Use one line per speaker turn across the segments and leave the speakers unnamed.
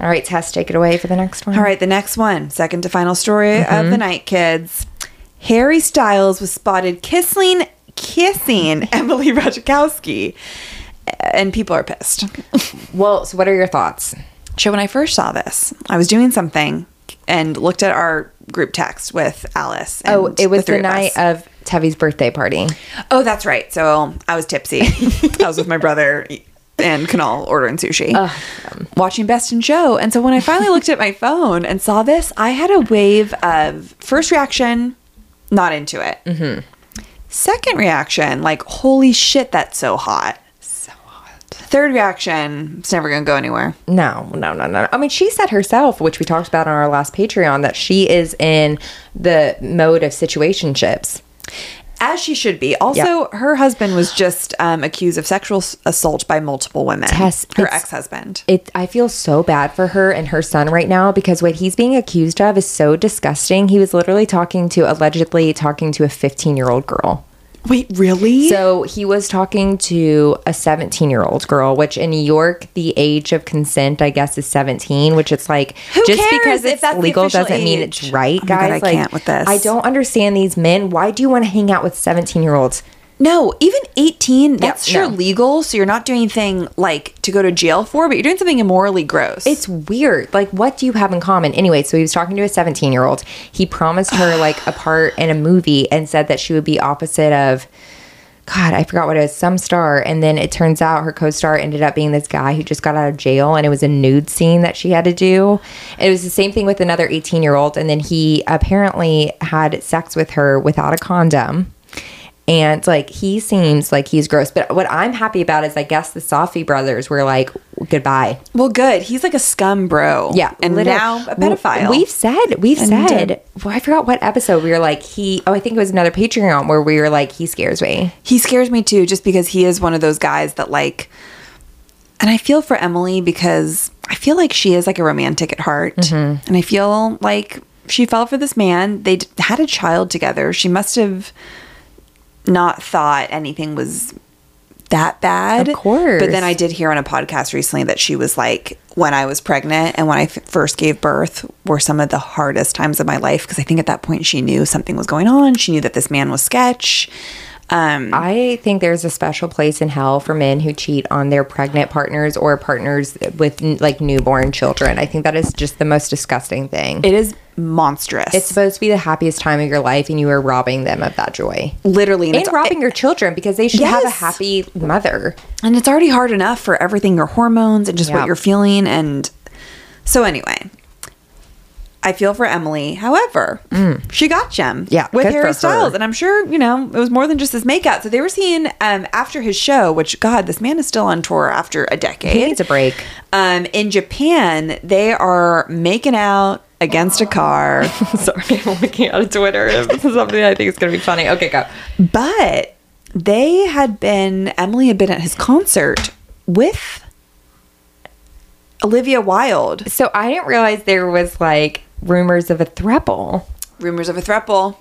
All right, Tess, take it away for the next one.
All right, the next one, second to final story
Mm-hmm.
of the night, kids. Harry Styles was spotted kissing kissing Emily Ratajkowski, and people are pissed.
Well, so what are your thoughts?
So when I first saw this, I was doing something and looked at our group text with Alice. and
Oh, it was the,
three of
night
us.
of Tevi's birthday party.
Oh, that's right. So I was tipsy. I was with my brother and Kanal ordering sushi, watching Best in Show. And so when I finally looked at my phone and saw this, I had a wave of first reaction, not into it. Mm-hmm. Second reaction, like, holy shit, that's so hot. So hot. Third reaction, it's never going to go anywhere.
No, no, no, no. I mean, she said herself, which we talked about on our last Patreon, that she is in the mode of situationships.
As she should be. Also, her husband was just um, accused of sexual s- assault by multiple women.
Tess,
her
it's-
ex husband.
It, I feel so bad for her and her son right now because what he's being accused of is so disgusting. He was literally talking to, allegedly talking to a 15 year old girl.
Wait, really?
So he was talking to a 17 year old girl, which in New York, the age of consent, I guess, is 17, which it's like,
Who
just
cares
because
if
it's
that's the
legal
official
doesn't mean it's
age?
right,
Oh my God,
guys.
I
Like,
can't with this.
I don't understand these men. Why do you want to hang out with 17 year olds?
No, even 18, that's
no.
sure legal. So you're not doing anything like to go to jail for, but you're doing something immorally gross.
It's weird. Like, what do you have in common? Anyway, so he was talking to a 17 year old. He promised her, like, a part in a movie and said that she would be opposite of, God, I forgot what it was, some star. And then it turns out her co star ended up being this guy who just got out of jail and it was a nude scene that she had to do. And it was the same thing with another 18 year old. And then he apparently had sex with her without a condom. And like he seems like he's gross, but what I'm happy about is I guess the Safi brothers were like goodbye.
well, good. He's like a scum bro.
Yeah,
And
literally.
now a
W-
pedophile.
We've said, we've
And,
said.
uh,
well, I forgot what episode we were like. He, oh, I think it was another Patreon where we were like, he scares me.
he scares me too, just because he is one of those guys that like, and I feel for Emily because I feel like she is like a romantic at heart.
Mm-hmm.
And I feel like she fell for this man. They d- had a child together. She must have not thought anything was that bad.
Of course.
But then I did hear on a podcast recently that she was like, when I was pregnant and when I f- first gave birth were some of the hardest times of my life because I think at that point she knew something was going on. She knew that this man was sketch. Um,
I think there's a special place in hell for men who cheat on their pregnant partners or partners with n- like newborn children. I think that is just the most disgusting thing.
It is monstrous.
it's supposed to be the happiest time of your life, and you are robbing them of that joy.
literally and,
And
it's,
robbing your children because they should have a
Yes.
happy mother.
and it's already hard enough for everything your hormones and just
Yeah.
what you're feeling and so anyway. I feel for Emily. However, she got Jem
Mm. Yeah,
with
good for her.
Harry Styles, and I'm sure you know it was more than just his makeout. So they were seeing um, after his show, which God, this man is still on tour after a decade.
He needs a break.
Um, in Japan, they are making out against a car.
Sorry, I'm looking at Twitter. This is something I think is going to be funny. Okay, go.
But they had been, Emily had been at his concert with Olivia Wilde.
So I didn't realize there was like rumors of a throuple.
Rumors of a throuple.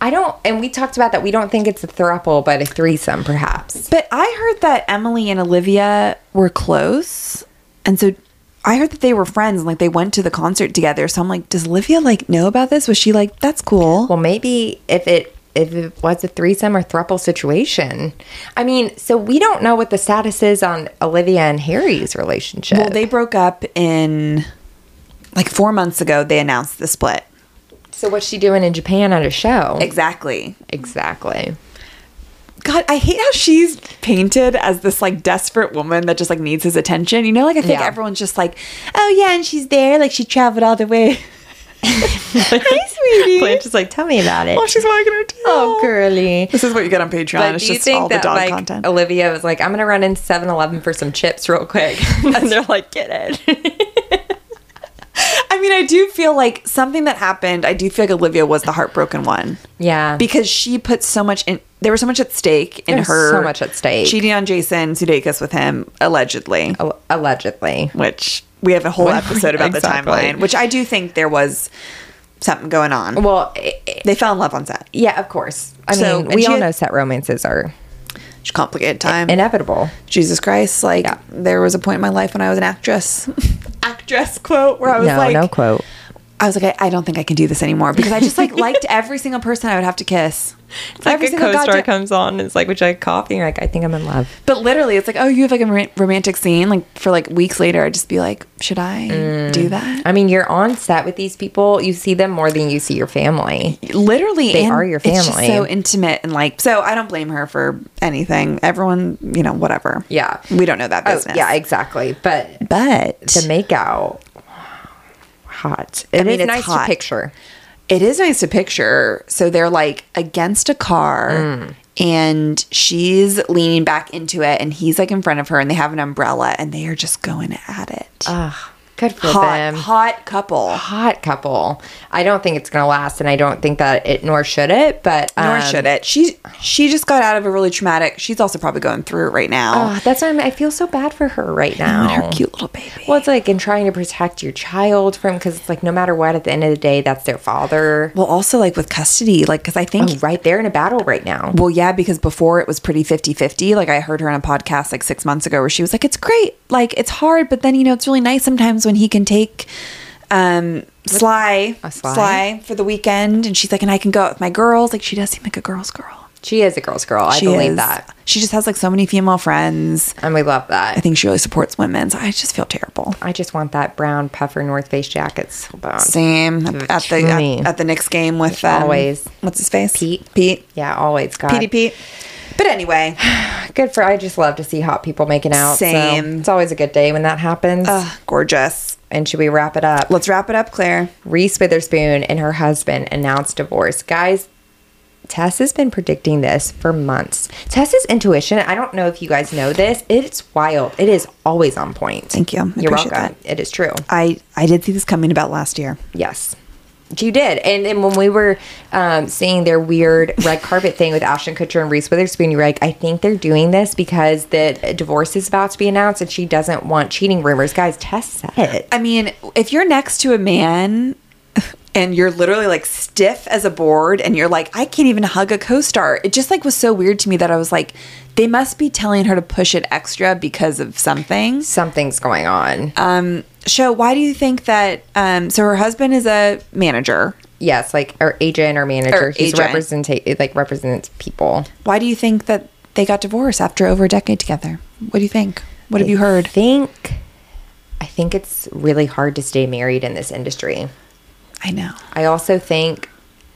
I don't, and we talked about that. We don't think it's a throuple, but a threesome, perhaps.
But I heard that Emily and Olivia were close. And so I heard that they were friends and like they went to the concert together. So I'm like, does Olivia like know about this? Was she like, that's cool?
Well, maybe if it if it was a threesome or throuple situation. I mean, so we don't know what the status is on Olivia and Harry's relationship.
Well, they broke up in like four months ago. They announced the split.
so what's she doing in Japan at a show?
Exactly.
exactly.
God, I hate how she's painted as this like desperate woman that just like needs his attention. You know, like I think
Yeah.
everyone's just like, oh yeah, and she's there, like she traveled all the way. Hi, sweetie.
Blanche is like, tell me about it.
Oh, she's wagging her tail.
oh, girly.
This is what you get on Patreon.
But
it's
do you
just
think
all the
that
dog
like
content.
Olivia was like, I'm gonna run in 7-Eleven for some chips real quick, and they're like, get it.
I mean, I do feel like something that happened. I do feel like Olivia was the heartbroken one.
yeah.
because she put so much in there was so much at stake in
There's
her
so much at stake.
cheating on jason sudeikis with him allegedly
Al- allegedly.
which we have a whole episode about
Exactly.
the timeline which i do think there was something going on
Well, i i-
they fell in love on set
yeah, of course. I
So-
mean,
and
we
she
all
had-
know set romances are
It's a
Um,
complicated time
inevitable.
jesus christ like there was a point in my life when i was an actress black dress quote where I was
no,
like,
no quote.
I was like, I, I don't think I can do this anymore because I just like liked every single person I would have to kiss.
It's like a co-star comes on. It's like, would you like coffee? And you're like, I think I'm in love.
But literally, it's like, oh, you have like a rom- romantic scene. Like for like weeks later, I'd just be like, should I
Mm.
do that?
I mean, you're on set with these people. You see them more than you see your family.
Literally,
They
and
are your
It's just
family.
so intimate and like, so I don't blame her for anything. Everyone, you know, whatever.
Yeah.
we don't know that
Oh,
business.
yeah, exactly. But
but
the makeout, hot. It is
mean, it's
nice
hot.
to picture.
it is nice to picture. So they're like against a car. And she's leaning back into it, and he's like in front of her, and they have an umbrella, and they are just going at it.
Ugh, good for
hot,
them.
hot couple.
Hot couple. I don't think it's gonna last, and I don't think that it nor should it. But
Nor
um,
should it. She she just got out of a really traumatic. She's also probably going through it right now.
Oh, that's why I'm, I feel so bad for her right now.
and her cute little baby.
Well, it's like in trying to protect your child from because it's like no matter what, at the end of the day, that's their father.
Well, also like with custody, like because I think.
Right there in a battle right now.
Well, yeah, because before it was pretty 50 50. Like, I heard her on a podcast like six months ago where she was like, it's great. Like, it's hard, but then, you know, it's really nice sometimes when he can take um, Sly,
A Sly?
for the weekend. And she's like, and I can go out with my girls. Like, she does seem like a girl's girl.
She is a girl's girl. I
She
believe
is-
that,
She just has like so many female friends.
and we love that.
I think she really supports women. So I just feel terrible.
I just want that brown puffer North Face jacket so bad.
Same at, at the
Tony.
at, at the Knicks game with um,
Always.
What's his face?
Pete.
Pete.
Yeah, always. God.
Petey Pete. But anyway,
Good for. I just love to see hot people making out. so
Same. Uh,
it's always a good day when that happens.
ugh, gorgeous.
and should we wrap it up?
Let's wrap it up, Claire.
Reese Witherspoon and her husband announced divorce. Guys, Tess has been predicting this for months. Tess's intuition, I don't know if you guys know this, it's wild. It is always on point.
Thank you. I
You're
appreciate
welcome. It is true.
I I did see this coming about last year.
Yes. You did. And then when we were um, seeing their weird red carpet thing with Ashton Kutcher and Reese Witherspoon, you were like, I think they're doing this because the divorce is about to be announced and she doesn't want cheating rumors. Guys, Tess said it.
I mean, if you're next to a man and you're literally like stiff as a board and you're like, I can't even hug a co-star. It just like was so weird to me that I was like, they must be telling her to push it extra because of something.
Something's going on.
Um, show why do you think that? Um, so her husband is a manager.
yes, like or agent or manager.
Or
He's
agent.
representate like represents people.
Why do you think that they got divorced after over a decade together? What do you think? What have you
I
heard?
think I think it's really hard to stay married in this industry.
I know.
I also think,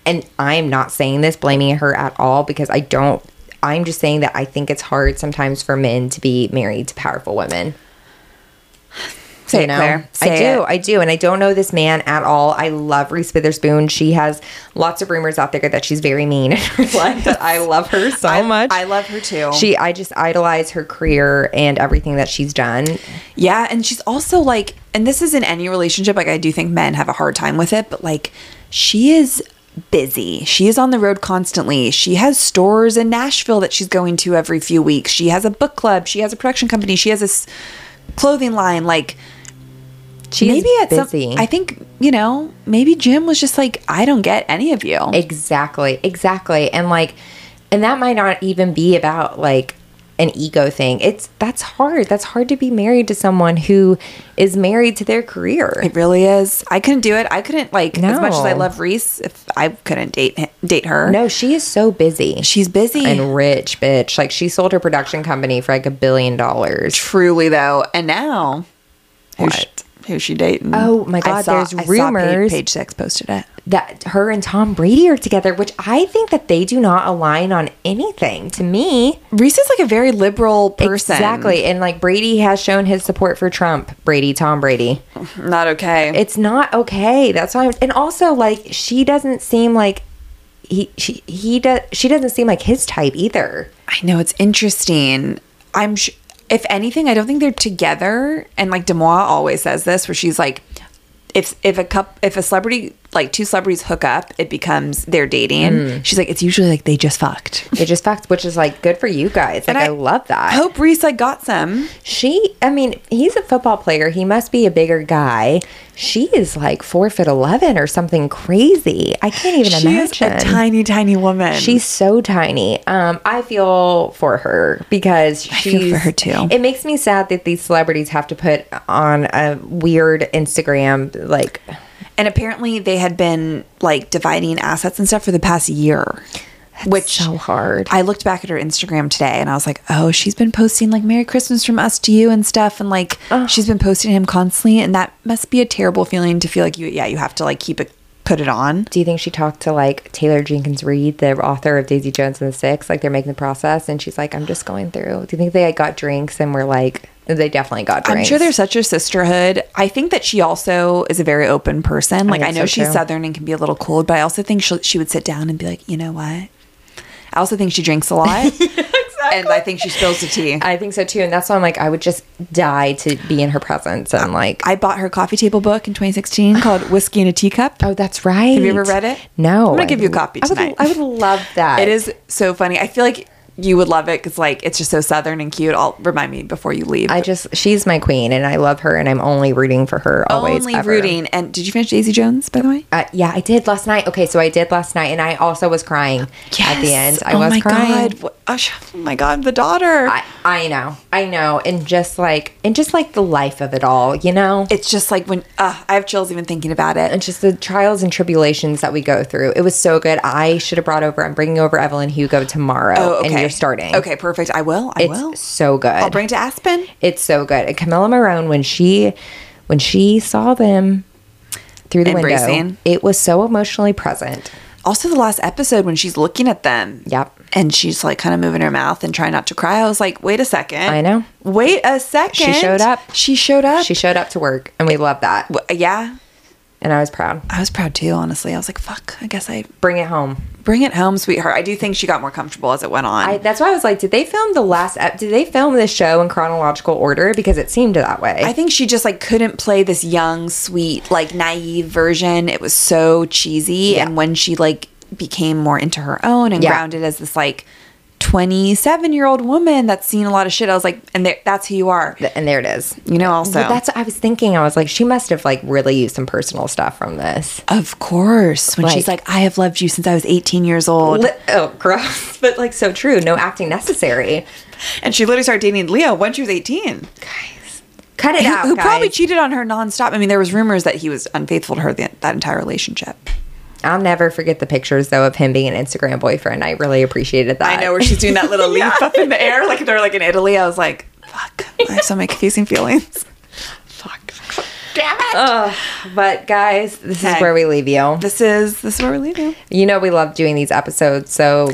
and I'm not saying this blaming her at all because I don't. I'm just saying that I think it's hard sometimes for men to be married to powerful women.
Say
you
it,
know?
Claire.
I
Say
do,
it.
I do, and I don't know this man at all. I love Reese Witherspoon. She has lots of rumors out there that she's very mean in her life. But I love her so
I-
much.
I love her too.
She, I just idolize her career and everything that she's done.
Yeah, and she's also like, and this is in any relationship. Like, I do think men have a hard time with it, but like, she is busy. She is on the road constantly. She has stores in Nashville that she's going to every few weeks. She has a book club. She has a production company. She has this clothing line. Like,
She's
maybe at
busy.
some, I think you know, maybe Jim was just like, I don't get any of you.
Exactly, exactly. And like, and that might not even be about like an ego thing. It's that's hard. That's hard to be married to someone who is married to their career.
It really is. I couldn't do it. I couldn't like as much as I
No.
love Reese. If I couldn't date hi- date her,
No, she is so busy.
she's busy.
and rich bitch. Like she sold her production company for like a billion dollars.
Truly though, and now who's she,
What?
who's she dating?
Oh, my
I
God,
saw-
there's
I saw Pa-
rumors.
Page Six posted it.
That her and Tom Brady are together, which I think that they do not align on anything. To me,
Reese is like a very liberal person.
Exactly. And like Brady has shown his support for Trump, Brady, Tom Brady.
not okay.
It's not okay. That's why I'm, and also like she doesn't seem like he she he does she doesn't seem like his type either.
I know it's interesting. I'm sh- if anything, I don't think they're together. And like Demois always says this, where she's like, if if a cup if a celebrity like two celebrities hook up, it becomes they're dating. She's like, it's usually like they just fucked.
They just fucked, which is like good for you guys. Like
And
I, love that.
Hope Reese like got some.
She, I mean, he's a football player. He must be a bigger guy. She is like four foot eleven or something crazy. I can't even
She is
imagine.
a tiny, tiny woman.
She's so tiny. Um, I feel for her because she's,
feel for her too.
It makes me sad that these celebrities have to put on a weird Instagram like.
and apparently they had been like dividing assets and stuff for the past year. which
so hard.
I looked back at her Instagram today and I was like, oh, she's been posting like Merry Christmas from us to you and stuff. And like, she's been posting him constantly. And that must be a terrible feeling to feel like you, yeah, you have to like keep it, put it on.
Do you think she talked to like Taylor Jenkins Reid, the author of Daisy Jones and the Six? Like they're making the process, and she's like, "I'm just going through." Do you think they like, got drinks and were like, "They definitely got drinks."
I'm sure there's such a sisterhood. I think that she also is a very open person. Like, I,
think
know
so,
she's
too.
Southern and can be a little cold, but I also think she she would sit down and be like, you know what? I also think she drinks a lot. And I think she spills the tea.
I think so too, and that's why I'm like, I would just die to be in her presence and like.
I bought her coffee table book in 2016 called Whiskey in a Teacup.
Oh, that's right. Have
you ever read it?
No.
I'm gonna
I
give you a
would-
copy
I would-
tonight.
I would, love that.
It is so funny. I feel like you would love it because like it's just so southern and cute. I'll remind me before you leave.
I just she's my queen, and I love her, and I'm only rooting for her. Always,
only
ever.
rooting. And did you finish Daisy Jones by the way?
Uh, yeah, I did last night. Okay, so I did last night, and I also was crying at the end. I
oh
was
my
crying.
God. What, ush, oh my god, the daughter.
I, I know, I know, and just like and just like the life of it all, you know.
it's just like when uh, I have chills even thinking about it.
and just the trials and tribulations that we go through. It was so good. I should have brought over. I'm bringing over Evelyn Hugo tomorrow, and you're starting.
Oh, Okay, perfect. I will. I
it's
will.
so good.
I'll bring it to Aspen.
It's so good. And Camilla Marone, when she when she saw them through the window,
Embracing.
it was so emotionally present.
Also, the last episode when she's looking at them.
Yep.
And she's like kind of moving her mouth and trying not to cry. I was like, wait a second.
I know.
Wait a second.
showed up.
She showed up.
She showed up to work, and we love that.
W- yeah.
And I was proud.
I was proud too, honestly. I was like, fuck, I guess I
Bring it home.
bring it home, sweetheart. I do think she got more comfortable as it went on.
I, that's why I was like, did they film the last? Ep- did they film this show in chronological order? Because it seemed that way.
I think she just like couldn't play this young, sweet, like naive version. It was so cheesy. And when she like became more into her own and
Yeah.
grounded as this like 27 year old woman that's seen a lot of shit, I was like, and there, that's who you are.
Th- and there it is.
You know, also.
But that's what I was thinking. I was like, she must have like really used some personal stuff from this.
of course. When she's
Like-
like, I have loved you since I was 18 years old.
Li- oh, gross. But like, so true. No acting necessary.
and she literally started dating Leo when she was 18.
Cut it
who,
out.
who probably
guys.
cheated on her nonstop. I mean, there was rumors that he was unfaithful to her the, that entire relationship.
I'll never forget the pictures though of him being an Instagram boyfriend. I really appreciated that.
I know where she's doing that little leap up in the air, like they're like in Italy. I was like, fuck, I have so many confusing feelings. fuck, damn it.
Ugh, but guys, this is
Okay.
where we leave you.
this is this is where we leave you.
You know we love doing these episodes, so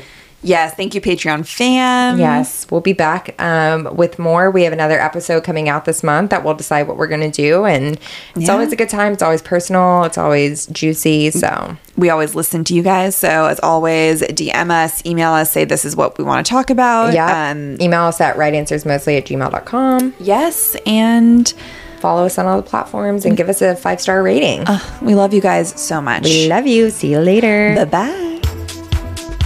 Yes, thank you, Patreon fam.
yes, we'll be back um, with more. We have another episode coming out this month that we'll decide what we're going to do, and it's
Yeah.
always a good time. It's always personal. It's always juicy. So
we always listen to you guys. So as always, DM us, email us, say this is what we want to talk about.
yeah,
Um,
email us at rightanswersmostly at gmail.com.
yes, and
Follow us on all the platforms and give us a five star rating.
Mm-hmm. uh, we love you guys so much.
We love you. See you later.
Bye bye.